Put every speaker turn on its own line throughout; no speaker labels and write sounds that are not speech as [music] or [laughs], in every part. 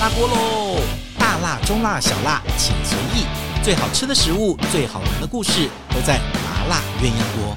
辣锅喽！大辣、中辣、小辣，请随意。最好吃的食物，最好玩的故事，都在麻辣鸳鸯锅。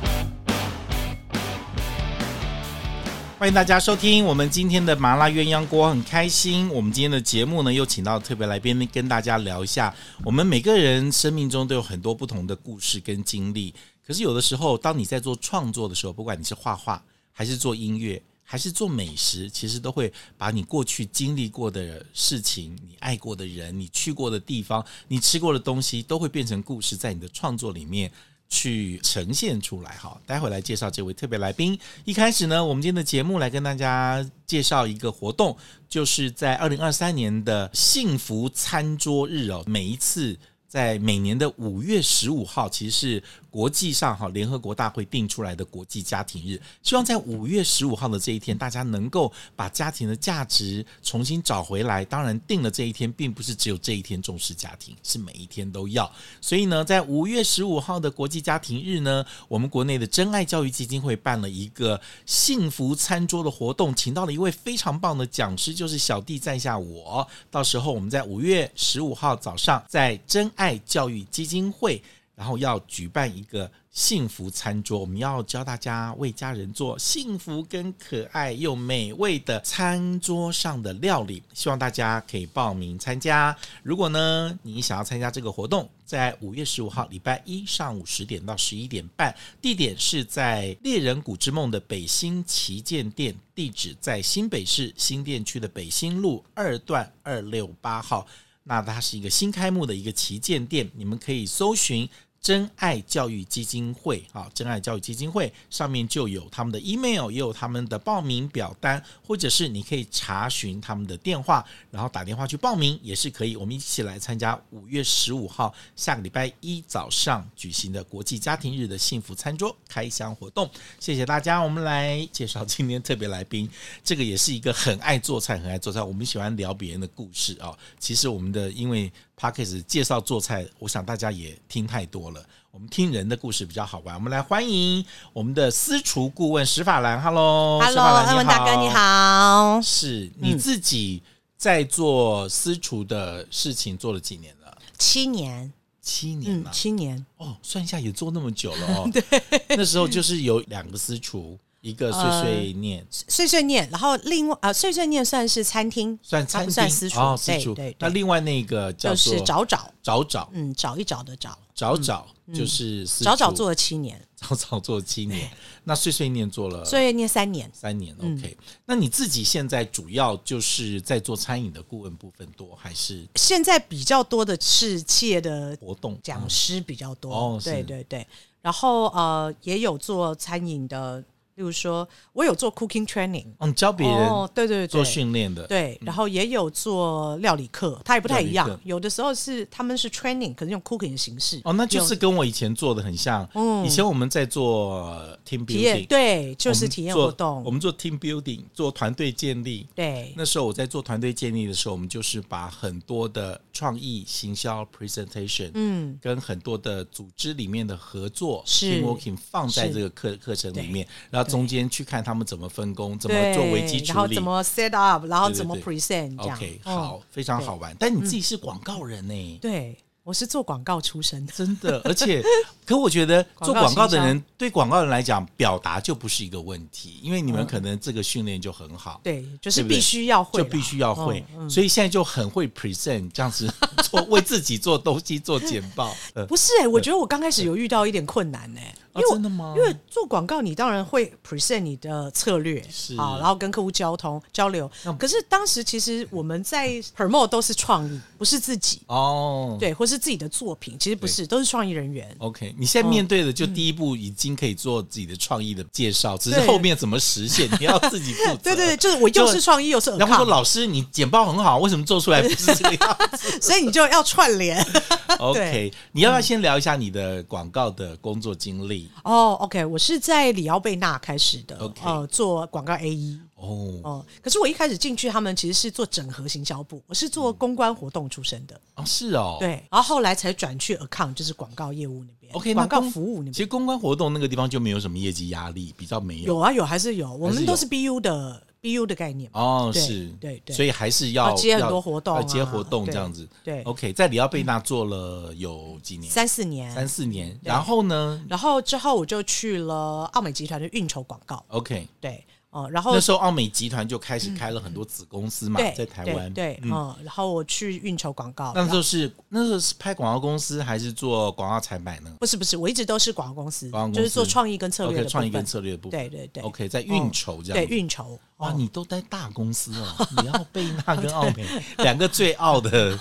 欢迎大家收听我们今天的麻辣鸳鸯锅，很开心。我们今天的节目呢，又请到特别来宾跟大家聊一下，我们每个人生命中都有很多不同的故事跟经历。可是有的时候，当你在做创作的时候，不管你是画画，还是做音乐，还是做美食，其实都会把你过去经历过的事情、你爱过的人、你去过的地方、你吃过的东西，都会变成故事，在你的创作里面去呈现出来。好，待会来介绍这位特别来宾。一开始呢，我们今天的节目来跟大家介绍一个活动，就是在二零二三年的幸福餐桌日哦，每一次。在每年的五月十五号，其实是国际上哈联合国大会定出来的国际家庭日。希望在五月十五号的这一天，大家能够把家庭的价值重新找回来。当然，定了这一天，并不是只有这一天重视家庭，是每一天都要。所以呢，在五月十五号的国际家庭日呢，我们国内的真爱教育基金会办了一个幸福餐桌的活动，请到了一位非常棒的讲师，就是小弟在下我。到时候我们在五月十五号早上，在真爱教育基金会，然后要举办一个幸福餐桌，我们要教大家为家人做幸福跟可爱又美味的餐桌上的料理，希望大家可以报名参加。如果呢你想要参加这个活动，在五月十五号礼拜一上午十点到十一点半，地点是在猎人谷之梦的北新旗舰店，地址在新北市新店区的北新路二段二六八号。那它是一个新开幕的一个旗舰店，你们可以搜寻真爱教育基金会啊，真爱教育基金会上面就有他们的 email，也有他们的报名表单，或者是你可以查询他们的电话，然后打电话去报名也是可以。我们一起来参加五月十五号下个礼拜一早上举行的国际家庭日的幸福餐桌开箱活动。谢谢大家，我们来介绍今天特别来宾，这个也是一个很爱做菜、很爱做菜，我们喜欢聊别人的故事哦。其实我们的因为 p a c k a g e 介绍做菜，我想大家也听太多了。我们听人的故事比较好玩。我们来欢迎我们的私厨顾问史法兰，Hello，史
Hello，
法兰
艾文大哥你。好。嗯
是你自己在做私厨的事情做了几年了？
七年，
七年
嗯
了、，
七年，
哦，算一下也做那么久了
[laughs]
哦。对，那时候就是有两个私厨，一个碎
呃
碎念，
碎碎念，然后另外啊，碎碎念算是餐厅，
算
它
餐
不
厅
算私厨
哦，，
对
私厨。
对对，
那另外那个叫
就
做
是找找，
找找
嗯，找一找的找，
找找，就是私
找找
厨
做了七年，
找找做了七
[laughs]
年，那碎碎念做了
碎碎念三年，
三年。OK，那
嗯
你自己现在主要就是在做餐饮的顾问部分多，还是
现在比较多的是企业的
活动
讲师比较多，
哦是
对对对，然后呃，也有做餐饮的，例如说我有做 cooking training，
嗯，教别人
哦，对对对，
做训练的，嗯
对，然后也有做料理课，它也不太一
料理
样
课。
有的时候是他们是 training，可能用 cooking 的形式。
哦，那就是
用嗯
跟我以前做的很像。以前我们在做呃 team
体验，
building，
对，
我
就
们
是体验
做
活动
我。们做 team building，做团队建立。
对，
那时候我在做团队建立的时候，我们就是把很多的创意、行销、presentation，嗯，跟很多的组织里面的合作、
是
team working 放在
是
这个课课程里面，然后中间去看他们怎么分工，怎么
对
做危机
然
处
后
理
怎。么 set up，然后
对对
怎么
对
present 这样。
OK，
嗯
好，，非常好玩。但你自己是广告人呢、
对，我是做广告出身的， [laughs]
真的，而且，可我觉得做
广告
广告
行
的人，对广告人来讲，表达就不是一个问题，因为你
嗯
们可能这个训练就很好，
对，就是
对不对
必须要会
就
啦，
必须要会，
嗯嗯
所以现在就很会 present，这样子 [laughs] 做为自己做东西做简
[laughs]
报。呃
不是哎、我觉得我刚开始有遇到一点困难呢、
啊
因为我、
真的吗
因为做广告，你当然会 present 你的策略，
是
好，然后跟客户交通交流
那。
可是当时其实我们在 promote 都是创意，不是自己
哦，
对，或是自己的作品，其实不是，都是创意人员。
OK，你现在面对的就第一步已经可以做自己的创意的介绍，只是
对
后面怎么实现，你要自己负责。
嗯 [laughs] 对对对，就是我又是创意又是
呃然后说
account，
老师，你简报很好，为什么做出来不是这个
[laughs]
样子
所以你就要串联。
[laughs] ？OK，你要不要先聊一下你的广告的工作经历？
哦、o k 我是在里奥贝纳开始的
OK
呃，做广告 A 一。
哦，
哦、可是我一开始进去，他们其实是做整合行销部，我是做公关活动出身的。
哦是嗯哦，
对，然后后来才转去 account，就是广告业务那边
OK，那
广告
公
服务那
其实
边
公关活动那个地方就没有什么业绩压力，比较没有。
有啊有还是有，我
还是
们
有
都是 BU 的 BU 的概念嘛，
哦，
对
是，
对对
所以还是要
要接很
要
多活动啊
要接活动这
对
样子。
对，嗯
OK，在里奥贝纳做了有几年？
三四年，
三四年。
对
然后呢
然后之后我就去了奥美集团的运筹广告，
？OK，
对，哦、然后嗯
那时候奥美集团就开始开了很多子公司嘛，
对
在台湾。
对，对
嗯
嗯，然后我去运筹广告，
那
然
时
后
候是那时候是拍广告公司还是做广告产品呢
不是不是，我一直都是广告公司，
广告公司
就是做创意跟策略的
？OK，
部分
创意跟策略的部分。
对对对哦
OK，在运筹这
对
样子。
运筹，
哇，
哦
你都待大公司
[laughs]
哦，里奥贝纳跟奥美两个最傲的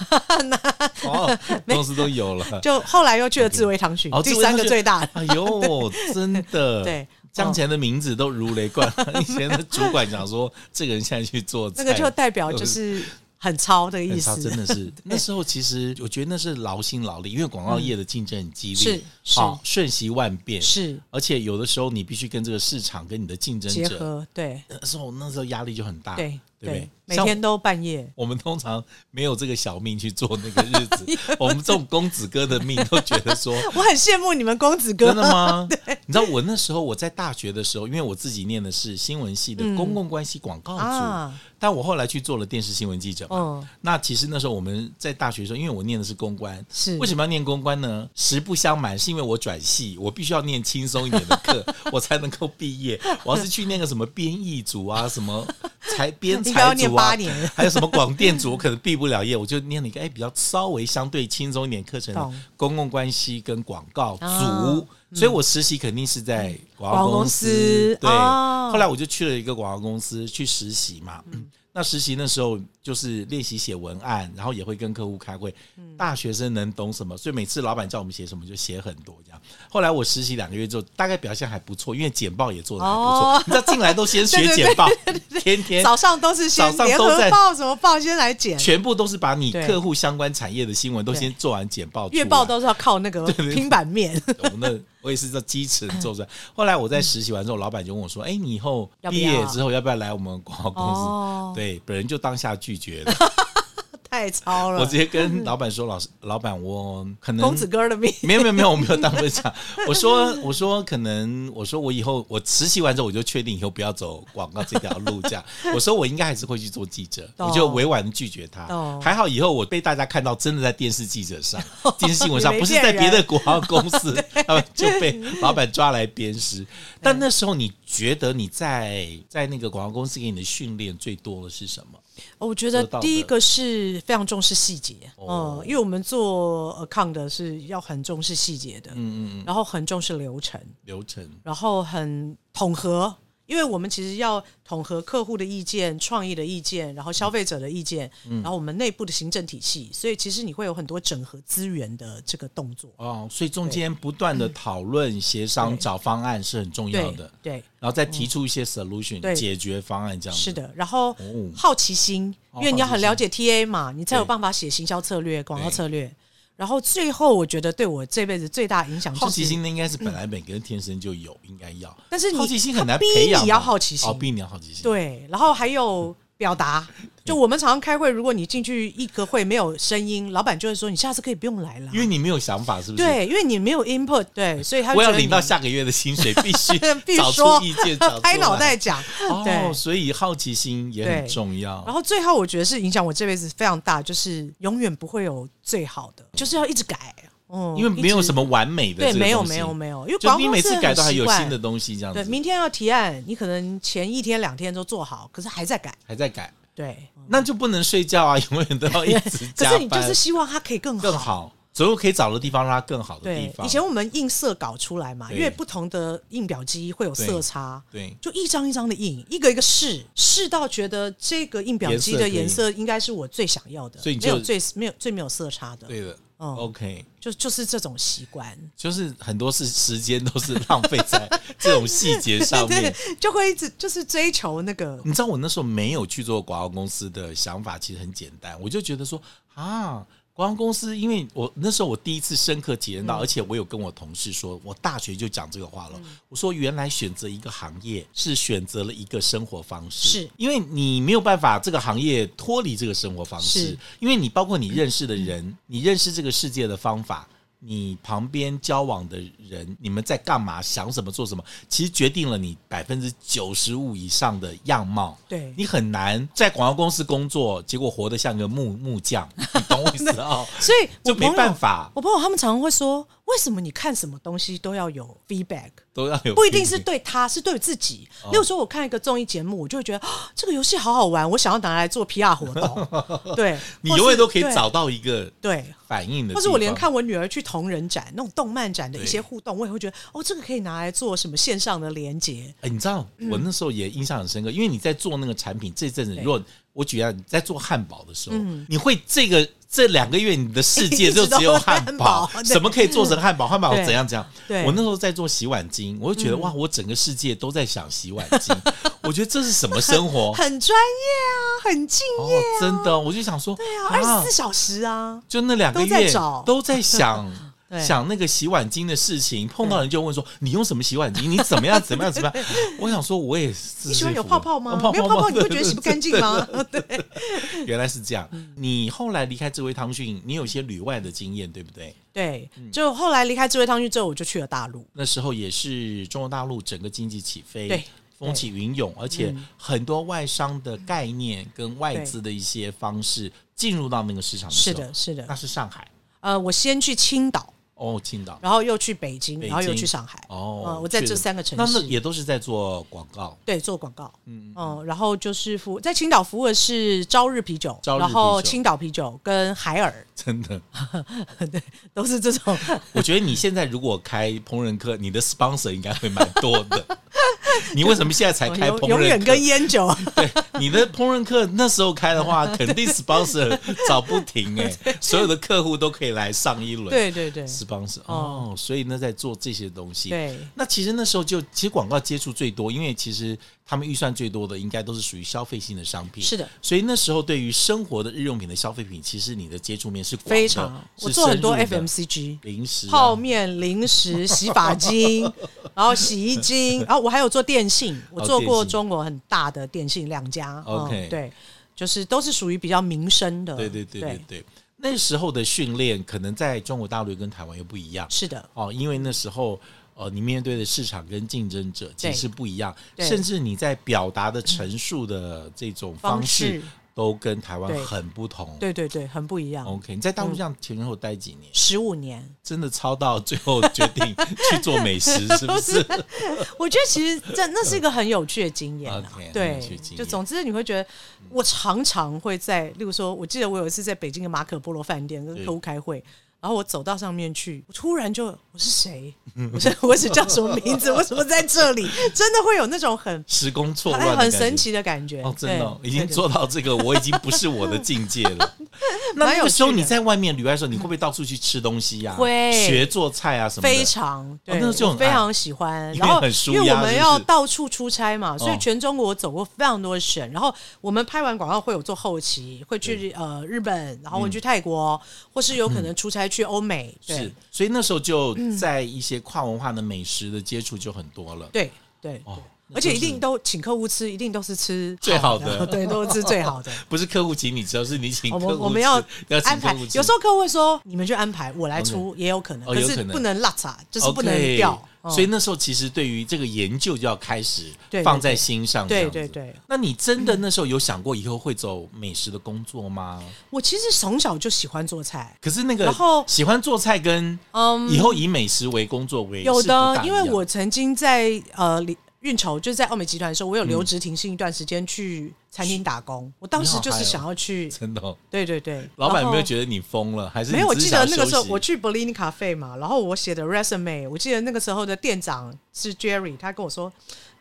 哦公司都有了。
就后来又去了自卫堂群
哦，
第三个最大的，
[laughs] 哎呦，真的，
[laughs] 对，哦
江前的名字都如雷贯 [laughs] 耳。以前的主管讲说，这个人现在去做菜
那个就代表就是很超的
很
意
差
思，
真的
[laughs]
是那时候，其实我觉得那是劳心劳力，因为广告业的竞争很激烈
是，是
好瞬息万变，
是
而且有的时候你必须跟这个市场跟你的竞争
结
者，
合，对
那时候那时候压力就很大，
对
啊对不对
对，每
像
天都半夜，
我们通常没有这个小命去做那个日
[laughs]
子，我们这种公子哥的命都觉得说，
我很羡慕你们公子
真
哥
的，
[laughs]
吗？你知道我那时候我在大学的时候，因为我自己念的是新闻系的公共关系广告组，
嗯啊
但我后来去做了电视新闻记者嘛。
嗯
那其实那时候我们在大学的时候，因为我念的是公关，
是
为什么要念公关呢？实不相瞒，是因为我转系，我必须要念轻松一点的
[laughs]
课，我才能够毕业。我要是去念个什么编译组啊，什么
[laughs]
裁编
应该
裁
要
组
念
啊
八，年， [laughs]
还有什么广电组，我可能毕不了业，我就念了一个哎比较稍微相对轻松一点课程
懂，
公共关系跟广告组，
哦
所以我实习肯定是在广告公
广告公司
对，
哦嗯
后来我就去了一个广告公司去实习嘛。那实习那时候就是练习写文案，然后也会跟客户开会。
嗯
大学生能懂什么？所以每次老板叫我们写什么就写很多这样。后来我实习两个月之后，大概表现还不错，因为简报也做的还不错。
哦
你知道进来都先学
[laughs] 对对对
简报，天天
早上都是先
早上
联
都在
合报什么报先来剪，
全部都是把你
对
客户相关产业的新闻都
对
先做完简报出来，
月报都是要靠那个
啊 [laughs] 对
拼板面， [laughs]
我们的 [laughs] 我也是在基层做出来。后来我在实习完之后，老板就问我说：“哎、你以后
要不
毕
要
业之后要不要来我们广告公司？”
哦
对，本人就当下拒绝
[laughs]
了，
太超
我
了
直，接跟老板说：“老师，老板，我可能
公子哥
[laughs]
的命。
没有没有没有，我没有当分享。我说我说可能我说我以后我实习完之后我就确定以后不要走广告这条路这样。我说我应该还是会去做记者，
懂
我就委婉的拒绝他
懂。
还好以后我被大家看到真的在电视记者上、电视新闻上，
你没
不是在别
骗人
的广告公司，他们就被老板抓来鞭尸。但那时候你觉得你在在那个广告公司给你的训练最多的是什么？
我觉得
得到的
第一个是非常重视细节，
哦
哦、因为我们做 account 的是要很重视细节的，
嗯嗯嗯，
然后很重视流程，
流程
然后很统合，因为我们其实要统合客户的意见、创意的意见，然后消费者的意见，
嗯
然后我们内部的行政体系，所以其实你会有很多整合资源的这个动作，
哦，所以中间不断的讨论、协商、
对
找方案是很重要
对
的。
对，
然后再提出一些 solution、
嗯对
解决方案这样子。
是，的，然后
哦
好奇心，
哦
因为你要很了解 TA 嘛，你才有
对
办法写行销策略、广告
对
策略。然后最后，我觉得对我这辈子最大影响、就是、
好奇心，那应该是本来每个人天生就有，应该要。
嗯但是你
好奇心很
他
难
逼
培养吧，
你要好奇心
哦，逼你要好奇心。
对，然后还有
[laughs]
表达。就我们常常开会，如果你进去一个会没有声音，老板就会说你下次可以不用来了
因。为你没有想法，是不是？，
对，因为你没有 input，对，所以他
我
就
要
觉得
领到
你
下个月的薪
[laughs]
水，必须
必
找
须
出
说
意
[laughs]
见，找出来
拍脑袋。讲。
哦，
对
所以好奇心也很重要。
然后最后，我觉得是影响我这辈子非常大，就是永远不会有最好的，就是要一直改。嗯，
因为没有
一直
什么完美的
对，
这个
没有
东西
没有没有，因为
就
广
你
告
每次
是
改
很
都还
习
有
惯
新的东西，这样
对，
子
明天要提案，你可能前一天两天都做好，可是还在改。
还在改，
对，
那就不能睡觉啊， [laughs] 永远都要一 [laughs] 直
可
加
是
班，
你就是希望它可以更好。
更好，总有可以找的地方，让它更好的地
对，
方。
以前我们印色稿出来嘛，
对
因为不同的印表机会有色差，
对，
就一张一张的印，一个一个试，试到觉得这个印表机的颜色应该是我最想要的，
所以你
没
就
有最没有最没有色差的，
对的、
嗯
o k
就就是这种习惯。
就是很多是时间都是浪费在这种细节上面。嗯
[laughs] 对，就会一直就是追求那个
你知道我那时候没有去做广告公司的想法，其实很简单，我就觉得说啊，广告公司，因为我那时候我第一次深刻体验
嗯
到，而且我有跟我同事说，我大学就讲这个话了，我说原来选择一个行业是选择了一个生活方式，
是
因为你没有办法这个行业脱离这个生活方式
是，
因为你包括你认识的人，你认识这个世界的方法。你旁边交往的人，你们在干嘛，想什么，做什么，其实决定了你百分之九十五以上的样貌。
对
你很难在广告公司工作，结果活得像个木木匠，你懂我
[laughs]
意思哦？
所以我
就没
朋友
办法，
我朋友他们常常会说，为什么你看什么东西都要有 feedback？
都要有
不一定是
feedback
对他，是对自己。
哦
例如说，我看一个综艺节目，我就会觉得、 [gasps] 啊这个游戏好好玩，我想要拿来做 PR 活
[laughs]
动。对，
你
或是
永远都可以
对
找到一个
对。
反应的地方，
或者我连看我女儿去同人展那种动漫展的一些
对
互动，我也会觉得哦，这个可以拿来做什么线上的连接。
哎、你知道我那时候也印象很深刻，因为你在做那个产品这阵子，
嗯对嗯
如果我举例，你在做汉堡的时候，你会这个这两个月你的世界就
[laughs] 一直都
只有汉堡
汉堡，对
什么可以做成汉堡？汉堡
对
怎样怎样？
对嗯
我那时候在做洗碗巾，我就觉得、哇，我整个世界都在想洗碗巾， [laughs] 我觉得这是什么生活？
很专业啊，很敬
哦
业，
真的，我就想说，对
啊，二十四小时啊，
就那两个月
都在找
都在想
[laughs] 对
想那个洗碗巾的事情，碰到人就问说你用什么洗碗巾？你怎么样怎么样怎么样？
[laughs]
我想说我也是，哦
你喜欢有泡泡吗？没有泡泡你会觉得洗不干净吗？嗯对，
原来是这样。你后来离开智慧汤逊，你有一些旅外的经验，对不对？
[laughs] 对，
嗯
就后来离开智慧汤逊之后，我就去了大陆。
那时候也是中国大陆整个经济起飞，
对嗯
风起云涌，而且很多外商的概念跟外资的一些方式进入到那个市场的时
是
候，
的，是的
那。是哦上海
呃，我先去青岛，
哦，青岛
然后又去北京，
北京
然后又去上海。
哦、
嗯我在
确
这
实
三个城
那
市
那也都是在做广告。
对，做广告，嗯然后就是服在青岛服务的是朝日啤酒，
朝日啤酒
然后青岛啤酒跟海尔， [laughs]
真的，
都是
[laughs]
这种。
我觉得你现在如果开烹饪课，你的 sponsor 应该会蛮多的。 [laughs] 你为什么现在才开
永
烹
永
饪
远
课
跟？烟酒，
对，你的烹饪课那时候开的话，肯定 sponsor 找不停
[laughs]
哎、所有的客户都可以来上一轮。
[laughs] 对对对
，sponsor 哦，所以呢，在做这些东西。，
对
那其实那时候就其实广告接触最多，因为其实他们预算最多的应该都是属于消费性的商品。
是的，
所以那时候对于生活的日用品的消费品，其实你的接触面是广的
非常。
是
我做很多
深入的
FMCG
零食啊、
泡面、
[laughs]
零食、洗发精，然后洗衣精，然后我还有做电信，我做
哦电
过
信
中国很大的电信两家。嗯
OK
对，就是都是属于比较民生的。
对对对对对，那时候的训练可能在中国大陆跟台湾又不一样
是的，
哦，因为那时候呃，你面对的市场跟竞争者其
对
实是不一样，
对嗯
甚至你在表达的陈述的这种方
方
式
式
都跟台湾
对
很不同。
对嗯对对，很不一样。
OK，你在大陆这样前前后后待几年，
十五年，
真的超到最后决
[laughs]
定去做美食，是不是？
我觉得其实这那是一个很有趣的经验啊
OK，。很
对
有趣的经验，
就总之你会觉得，我常常会在，例如说，我记得我有一次在北京的马可波罗饭店跟
对
客户开会。然后我走到上面去，我突然就我是谁？ [laughs] 我是我是叫什么
[laughs]
名字？为什么在这里？真的会有那种很
时空错乱的
很
感
很
觉，
神奇的感觉
哦，真的哦、
对
已经
对对
做到这个，我已经不是我的境界
[laughs]
了。那
蛮
那
有
个时候
趣的
你在外面旅外的时候，你会不会到处去吃东西呀、
会
学做菜啊什么的？
非常对，
那就
我
很
非
爱
常喜欢。
因为
然后
很舒
因为
压
我
是
们
不
要
是
到处出差嘛，所
哦
以全中国走过非常多的省。然后我们拍完广告会有做后期，会去呃日本，然后
嗯
会去泰国，或是有可能出差去欧美。
是
对，
所以那时候就在一些跨文化的美食的接触就很多了。
对对，
哦，那
而且
就
一
是
定都请客户吃，一定都是吃
最好的
的，对，都是吃最好的。
不是客户 [laughs] 请你吃，而是你请
哦我
客户
们
吃。
我们要
[laughs] 要请
安
客
排
户，吃，
有时候客户会说你们去安排，我来出也有可能，
哦
可
有可
是
能
不能落差，就是不
OK，
能掉。嗯
所以那时候其实对于这个研究就要开始
对对
放在心上。
对
这样子
对对。
那你真的那时候有想过以后会走美食的工作吗？
我其实从小就喜欢做菜，
可是那个，
然后
喜欢做菜跟
嗯，
以后以美食为工作为
有
是不大
的，
一
因
样
为我曾经在呃里运筹，就是在奥美集团的时候，我有留职停薪一段时间去餐厅打工。
嗯
我当时就是想要去，
真的哦、
对对对。
老板有
然
没有
后
觉得你疯了？还是你
没有？我
只是
记得
想
那个
休
时候
息
我去 Berlin Cafe 嘛，然后我写的 resume，我记得那个时候的店长是 Jerry，他跟我说：“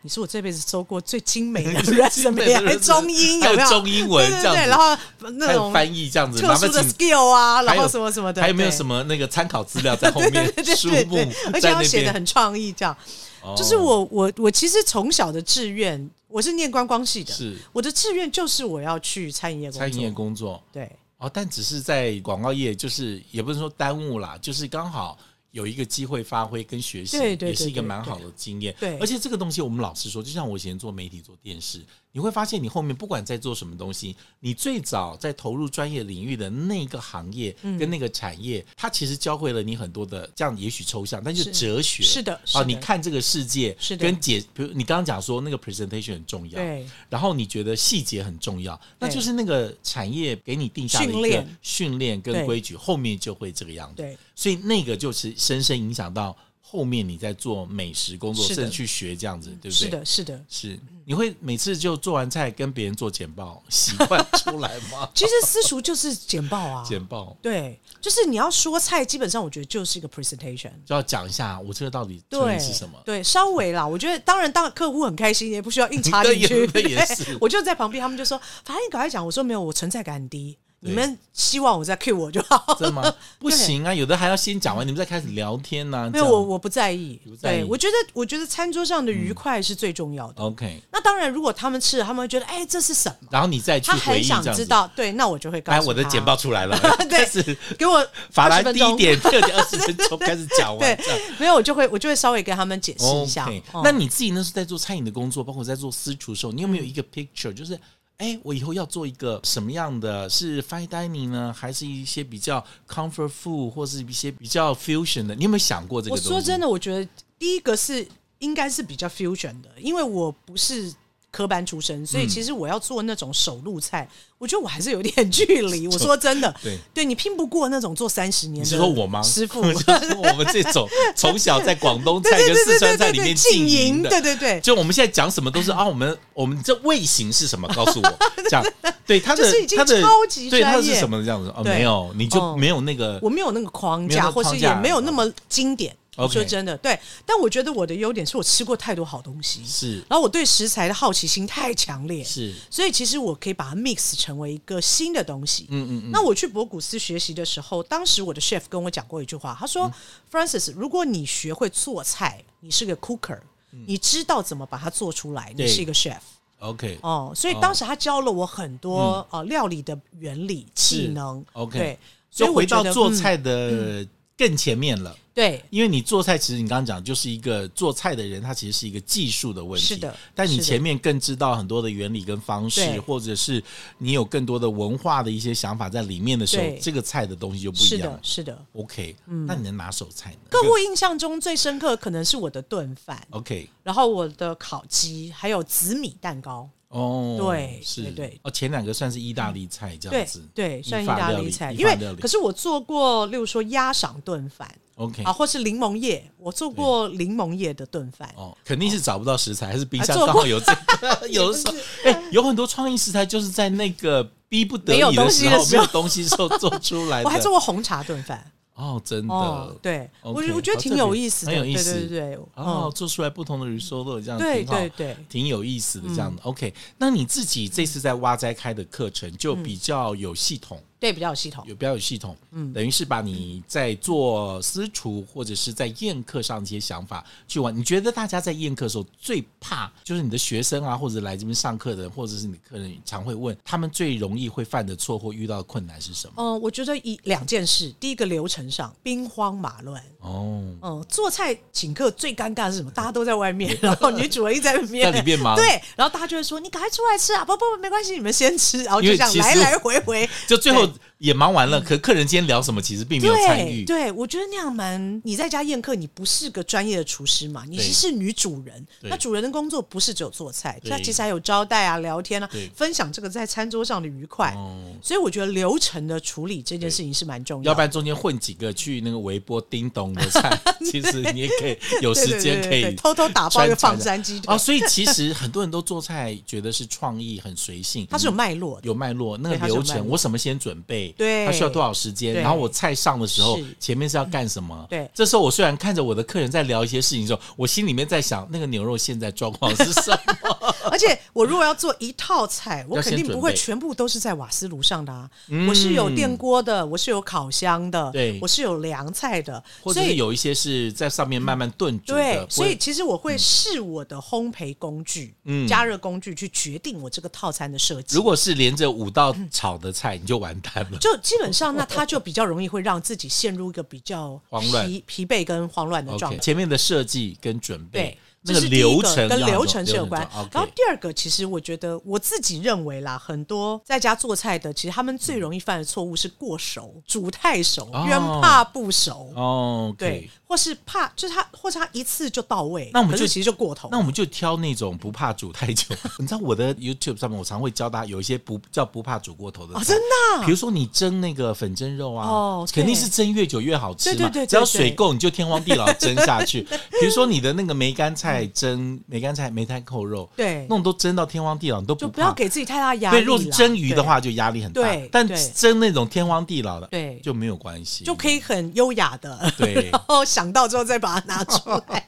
你是我这辈子收过最精
[laughs]
美的 [laughs]
美的
resume，还啊
resume
中英有没
还
有？
有中英文
对
这
对
样
对，
子
然后那
还有
种
翻译这样子，麻
特
烦
殊的
请
skill 啊，然
还有
后什么什么的，
还有没有
对
什么那个参考资料在后面书
[laughs] 对
目
对，而且
在
要
那
写的
边？
很创意，这样。
哦
就是我我我其实从小的志愿，我是念观光系的，
是
我的志愿就是我要去餐饮业工作。
餐饮业工作
对
哦，但只是在广告业，就是也不是说耽误啦，就是刚好。有一个机会发挥跟学习，
对对对
也是一个
对
蛮
对
好的经验。
对
而且这个东西我们老实说，就像我以前做媒体、做电视，你会发现你后面不管在做什么东西，你最早在投入专业领域的那个行业
嗯
跟那个产业，它其实教会了你很多的，这样也许抽象，但就是哲学
是的是
啊，
的
你看这个世界
是的
跟解，比如你刚刚讲说那个 presentation 很重要，
对，
然后你觉得细节很重要，那
对
就是那个产业给你定下了一
训
个
练
训练跟
对
规矩，后面就会这个样子。
对，
所以那个就是深深影响到后面你在做美食工作，
是
甚
的
至去学这样子，对不对？
是，的，是的。
是你会每次就做完菜跟别人做简报，习惯出来
[laughs]？
吗
其实私塾就是简报啊，
简报
对，就是你要说菜，基本上我觉得就是一个 presentation。
就要讲一下我这个到底做
对
的是什么。
对，稍微啦，我觉得当然，当然客户很开心，也不需要硬
[laughs]
插
对
进去。
也也
对
是
我就在旁边，他们就说：“反正你赶快讲。”我说：“没有，我存在感很低，
对
你们希望我再 cue 我就好。
真的
[laughs]
吗？不行啊，有的还要先讲完，你们再开始聊天呢、”这
没有，
样
我我不在意。
不在意
对，我觉得我觉得餐桌上的愉快是最重要的。
OK，
那当然，如果他们吃了，他们会觉得：“哎，这是什么
然后你再去？”
他
回
很
忆这样
想
子
知。道。对，那我就会告
哎，
诉
我的
他
简报出来了，
[laughs] 对
开始 [laughs]
给我
法
20
兰
分
第一
钟
点、第二点、二十分钟开始讲完
[laughs] 对
这样。，
没有，我就会我就会稍微跟他们解释一下。
OK，、
哦
那你自己那时候在做餐饮的工作，包括在做私厨的时候，你有没有一个 picture，就是哎、我以后要做一个什么样的？是 fine dining 呢，还是一些比较 comfort food，或是一些比较 fusion 的？你有没有想过这个
我
东西？
说真
的，
的，我觉得第一个是应该是比较 fusion 的，因为我不是科班出身，
嗯
所以其实我要做那种手路菜，我觉得我还是有点距
[laughs]
离。我说真的，
对
你拼不过那种做三十年
你
的
是说 [laughs] 我吗？，
师傅
就是我们这种从小在广东菜
对
跟
对
四
对
川
对
菜
对
里面
对，
浸
经
淫
营，
的，
[laughs] 对对
[laughs]
对，
就我们现在讲什么都是啊，我们我们这味型是什么？告诉
[laughs]
我，讲对他的
就是已经
他的
超级
对他
专
是
业
什么这样子哦，
对
没有，你就
哦
没有那个
我没有那个框
没有那
架，
个
或
框
是
架哦
也没有那么经典。我
OK
说真的，对，但我觉得我的优点是我吃过太多好东西，
是
然后我对食材的好奇心太强烈，
是
所以其实我可以把它 mix 成为一个新的东西。
嗯嗯嗯，
那我去博古斯学习的时候，当时我的 chef 跟我讲过一句话，他说、f
嗯
r a n c i s 如果你学会做菜，你是个 cooker，、你知道怎么把它做出来，
嗯对
你是一个 chef。
OK
哦，所以当时他教了我很多呃料理的原理、技
哦
能。
嗯 OK
对，所以
就
我
回到
觉得
做
嗯
菜的更前面了。
对，
因为你做菜，其实你刚刚讲就是一个做菜的人，他其实是一个技术的问题。
是的
但你
是的
前面更知道很多的原理跟方式
对，
或者是你有更多的文化的一些想法在里面的时候
对，
这个菜的东西就不
是
一样了
的，。嗯是的。
OK，、那你的拿手菜呢？
客户印象中最深刻可能是我的炖饭，
OK
然后我的烤鸡，还有紫米蛋糕。
哦，
对
是，
对对
哦，前两个算是意大利菜这样
对
子，
对，算意
法
大
料
利
理
菜，
意
因
法
为
料理
可是我做过，例如说鸭掌炖饭
OK
啊，或是柠檬叶，我做过柠檬叶的炖饭。
哦，肯定是找不到食材，还是冰箱
啊做
刚
过
好有这
[laughs]
个？有的时候，哎、有很多创意食材就是在那个逼不得已
没有
的
东西
时
的
候，没
时候
有东西时候做出来的。
[laughs] 我还做过红茶炖饭
哦，真的，
哦，对我
OK，
觉我觉得
好
挺
特别
有意思的，
很有
对
意思
对对对，
哦，
嗯，
做出来不同的 risotto 这样
对
挺好
对对，嗯
挺有意思的这样的。OK，那你自己这次在挖斋开的课程就
嗯
比较有系统。
对比较有系统，
有比较有系统，嗯，等于是把你在做私厨或者是在宴客上的一些想法去玩。你觉得大家在宴客的时候最怕就是你的学生啊，或者来这边上课的，或者是你的客人常会问他们最容易会犯的错或遇到的困难是什么？
嗯，我觉得一两件事，第一个流程上兵荒马乱。
哦，
嗯，做菜请客最尴尬的是什么？大家都在外面，然后女主人一直在里面，
[laughs] 在里面忙
对，然后大家就会说：“你赶快出来吃啊！”不不，不没关系，你们先吃。然后
因
就
为
这样
其实
来来回
[laughs]
回，
就最后也忙完了，可客人今天聊什么其实并没有参
对
与。
对，我觉得那样蛮……你在家宴客，你不是个专业的厨师嘛，你
对
是是女主人。
对
那主人的工作不是只有做菜，
对
她其实还有招待啊、聊天啊
对、
分享这个在餐桌上的愉快。
哦，
所以我觉得流程的处理这件事情是蛮重
要
要
不
的。
然中间混几个去那个微波叮咚的菜，其实你也可以有
对
时
对
间
对
可
对
以
对偷偷打包一个
穿
放
插一下
山鸡腿
哦，，所以其实很多人都做菜觉得是创意很随
[laughs]
性，
它是有脉络的。
有脉络，那
对
个
它是有
流
脉
程
络
我什么先准备，
对
它需要多少时间，
对
然后我菜上的时候
是嗯
前面是要干什么，
对
这时候我虽然看着我的客人在聊一些事情的时候，我心里面在想那个牛肉现在状况是什
[laughs]
么，
而且我如果要做一套菜，我
要先
肯定不会
准备嗯
全部都是在瓦斯炉上的啊。我是有电锅的，我是有烤箱的，
对
我是有凉菜的，
或
所
者是
以
有一些是在上面慢慢炖煮的
对，，所以
不会
其实我会视我的烘焙工具、
嗯
加热工具去决定我这个套餐的设计
如。果是连着五道炒的菜，你就完蛋了。
就基
[laughs]
本上，那它就比较容易会让自己陷入一个比较
慌乱
疲疲惫跟慌乱的状态
，OK，。前面的设计跟准备
对。
那
这是第一
流
个
程
跟
要
流
走
程是有关
走 OK。
然后第二个，其实我觉得我自己认为啦，很多在家做菜的，其实他们最容易犯的错误是过熟、煮太熟、
哦
冤怕不熟，
哦，OK，
对，或是怕就是他，或是他一次就到位，
那我们
可是
就
其实就过头。
那我们就挑那种不怕煮太久。 [laughs] 你知道我的 YouTube 上面，我常会教大家有一些不叫不怕煮过头的菜、
哦真的啊
比如说你蒸那个粉蒸肉啊，
哦对
肯定是蒸越久越好吃嘛。
对对对对
只要水够，你就天荒地老蒸下
[laughs]
去。比如说你的那个梅干菜蒸梅干菜梅干扣肉，
对
那种都蒸到天荒地老，你都不
就
怕。
不要给自己太大压力
对，
啦。
如果是蒸鱼的
对
话，就压力很大
对。
但
对
蒸那种天荒地老的，
对
就没有关系，
就可以很优雅的，
对
[laughs] 然后想到之后再把它拿出
[laughs]
来，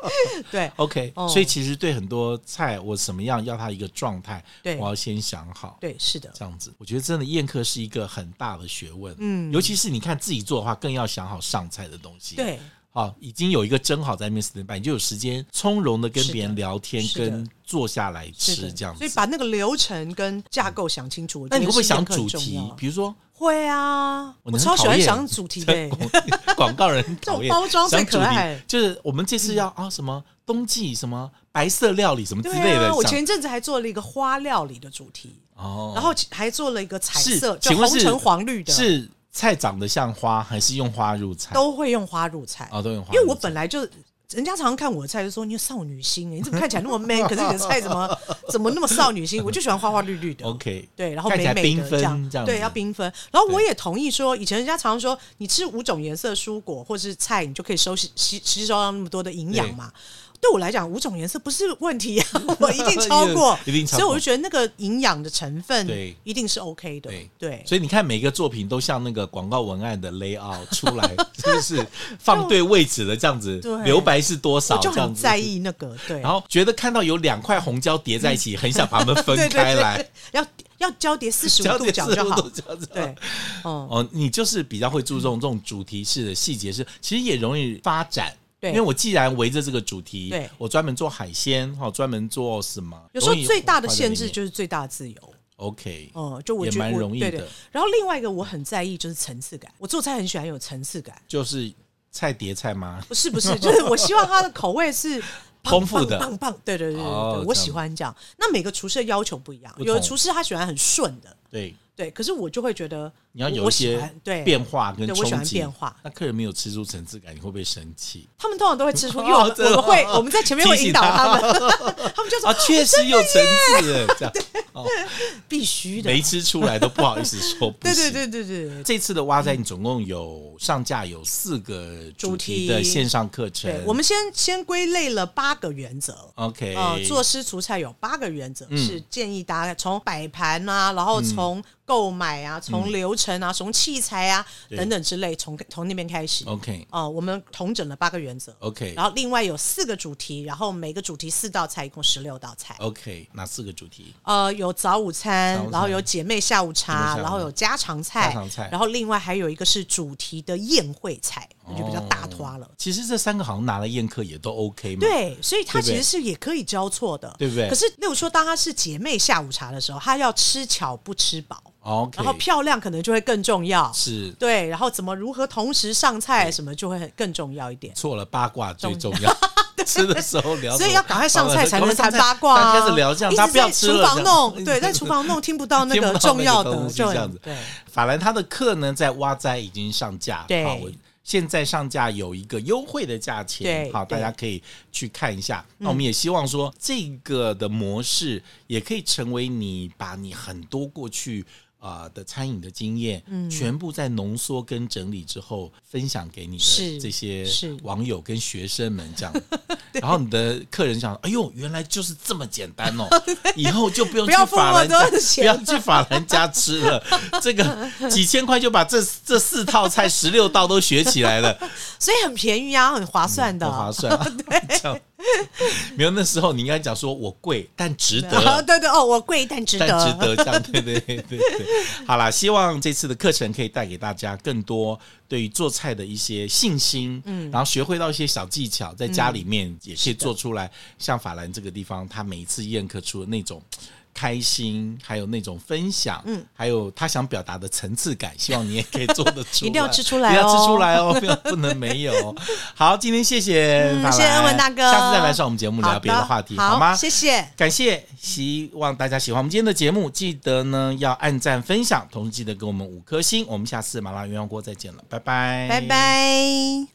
对，
OK，、
哦
所以其实对很多菜，我怎么样要它一个状态，
对
我要先想好。
对，是的，
这样子，我觉得真的宴客是一个很大的学问，嗯，尤其是你看自己做的话，更要想好上菜的东西，，
对，
好、已经有一个蒸好在面 stand by，你就有时间从容的跟
是的
别人聊天，
是的
跟坐下来
是
吃
的，
这样子
所以。把那个流程跟架构想清楚。我
那
觉
你会
得
不会
是一
想
个很
主
重
题
要？的
比如说
会啊，
我
我
很
超喜
讨
欢
厌
想主题的欸、
广 [laughs] 广告人很讨
这
厌
种包装最
想主题
可爱嗯
就是我们这次要啊什么冬季什么白色料理什么之类
对
的，
啊，我
这样
前一阵子还做了一个花料理的主题，
哦
然后还做了一个彩
是
色，就
请问
红
是
橙黄绿的，
是菜长得像花，还是用花入菜？
都会用花入菜。
啊、都用花入菜，
因为我本来就。人家常常看我的菜就说你有少女心、欸，你怎么看起来那么 man？可是你的菜怎么怎么那么少女心？我就喜欢花花绿
[laughs]
绿的。
OK
对，然后
看起
美
来
美
缤
的
纷
这样，
这样
对，
子
要缤纷。然后我也同意说，以前人家常说，你吃五种颜色的蔬果或是菜，你就可以收吸吸吸收到那么多的营养嘛。对我来讲，五种颜色不是问题
[laughs]，
啊，我一定超过
一定超过
所以我就觉得那个营养的成分
对
一定是 OK 的
对，
对。
所以你看每个作品都像那个广告文案的 layout 出
[laughs]
来，是不是放对位置了？这样子
对，
留白是多
我
少？
就
这样
很
子
在。意那欸个，
[laughs]
对，
然后觉得看到有两块红胶叠在一起，很想把它们分
嗯对对
开
对
来
[laughs] 对，要要交叠四十
这
五
样
度
子
角
思
就
路
好
都，这样子
对，嗯，
哦，你就是比较会注重这种主题式的细节式，其实也容易发展。
对
因为我既然围着这个主题，
对
我专门做海鲜，哈，专门做什么？
有时候
容易
最大的
画在
限
里
制
面
就是最大的自由。
OK，
哦、就我
也
觉得
蛮
我
容易
对
的
对。然后另外一个我很在意就是层次感，我做菜很喜欢有层次感，
就是菜碟菜吗？
不是不是，就是我希望它的口
[laughs]
味是棒
丰富的
棒棒棒，对对对对对，
哦
我
这样
喜欢这样。那每个厨师的要求不一样，
不
有的
同
厨师他喜欢很顺的，
[laughs] 对，
对，可是我就会觉得
你要
我
有
我
一
喜
些
欢对
变化跟
对
冲
我喜欢
击。
变化
那客人没有吃出层次感，你会不会生
[laughs]
气？
他们通常都会吃
[laughs]
出，因为我们、
哦真的
我们会我们在前面会
提
引
醒
导
他
他们，
[laughs]
他们就说、
啊，确实有层次， [laughs] 这样
必须的，
没吃出来都不好意思说不
对
行。
[laughs] 对对对对对。
这次的蛙仔，你总共有上架有四个主题
主题
的线上课程
对，。我们先先归类了八个原则，
OK，、
呃，做师厨菜有八个原
嗯
则、是建议大家从摆盘啊，然后从购买啊，从流程啊，从器材啊
嗯对
等等之类，从从那边开始。
OK
哦、我们统整了八个原则
OK
然后另外有四个主题，然后每个主题四道菜，一共十六道菜。
OK，哪四个主题？
呃，有早午餐，
早午餐
然后有姐妹下午
姐妹
茶，
下午茶
然后有家常菜，
家常菜
然后另外还有一个是主题的宴会菜，那就比较
哦
大花了。
其实这三个好像拿来宴客也都 OK 嘛。，
对，所以它
对不对
其实是也可以交错的，
对不对
可是，例如说，当它是姐妹下午茶的时候，她要吃巧不吃饱，
哦 OK，
然后漂亮可能就会更重要。
是
对，然后怎么如何同时上菜什么就会很更重要一点。
错了，八卦最重要。 [laughs] 吃的时候聊什么，
所以要赶快上菜才能
赶快
谈
上菜
八卦啊！
大家开始聊这样，
一
大家
直
不要
在
吃
厨
了
房
这
弄，
样
对，在厨房弄听不到
[laughs]
那
听不
个
到
重要
那个
的，
东西
就
这样子
对，
法兰他的课呢，在挖斋已经上架，
对
好我现在上架有一个优惠的价钱，
对
好，大
对嗯
家可以去看一下。那我们也希望说，这个的模式也可以成为你把你很多过去。啊的餐饮的经验，
嗯
全部在浓缩跟整理之后分享给你的
是
这些
是
网友跟学生们这
[laughs]
样，然后你的客人想，哎呦，原来就是这么简单
[laughs]
哦，以后就不用
不
去
要付
法
我
兰家，
多
不
的钱
要去法兰家吃了，这个几千块就把这这四套菜十六道都学起来了，
所以很便宜啊，很划算的
很划。算、啊。 [laughs] 这样没有那时候你应该讲说我贵，但值
[laughs] 啊
得。
[laughs] 对对哦，我贵但值
但值
得，
得这样，对对对对对。好啦，希望这次的课程可以带给大家更多对于做菜的一些信心，嗯，然后学会到一些小技巧，在家里面也可以做出来，像法兰这个地方，他每一次宴客出的那种开心，还有那种分享，
嗯
还有他想表达的层次感，希望你也可以做得出来，
[laughs] 一定要吃出来
一定要吃
哦
出来哦，不 [laughs] 要不能没有。好，今天谢谢
嗯
法兰，
谢谢恩文大哥
下次再来上我们节目聊别的话题，好
好
吗？哎
谢谢，
感谢，希望大家喜欢我们今天的节目。记得呢要按赞分享，同时记得给我们五颗星。我们下次麻辣鸳鸯锅再见了，拜拜，
拜拜。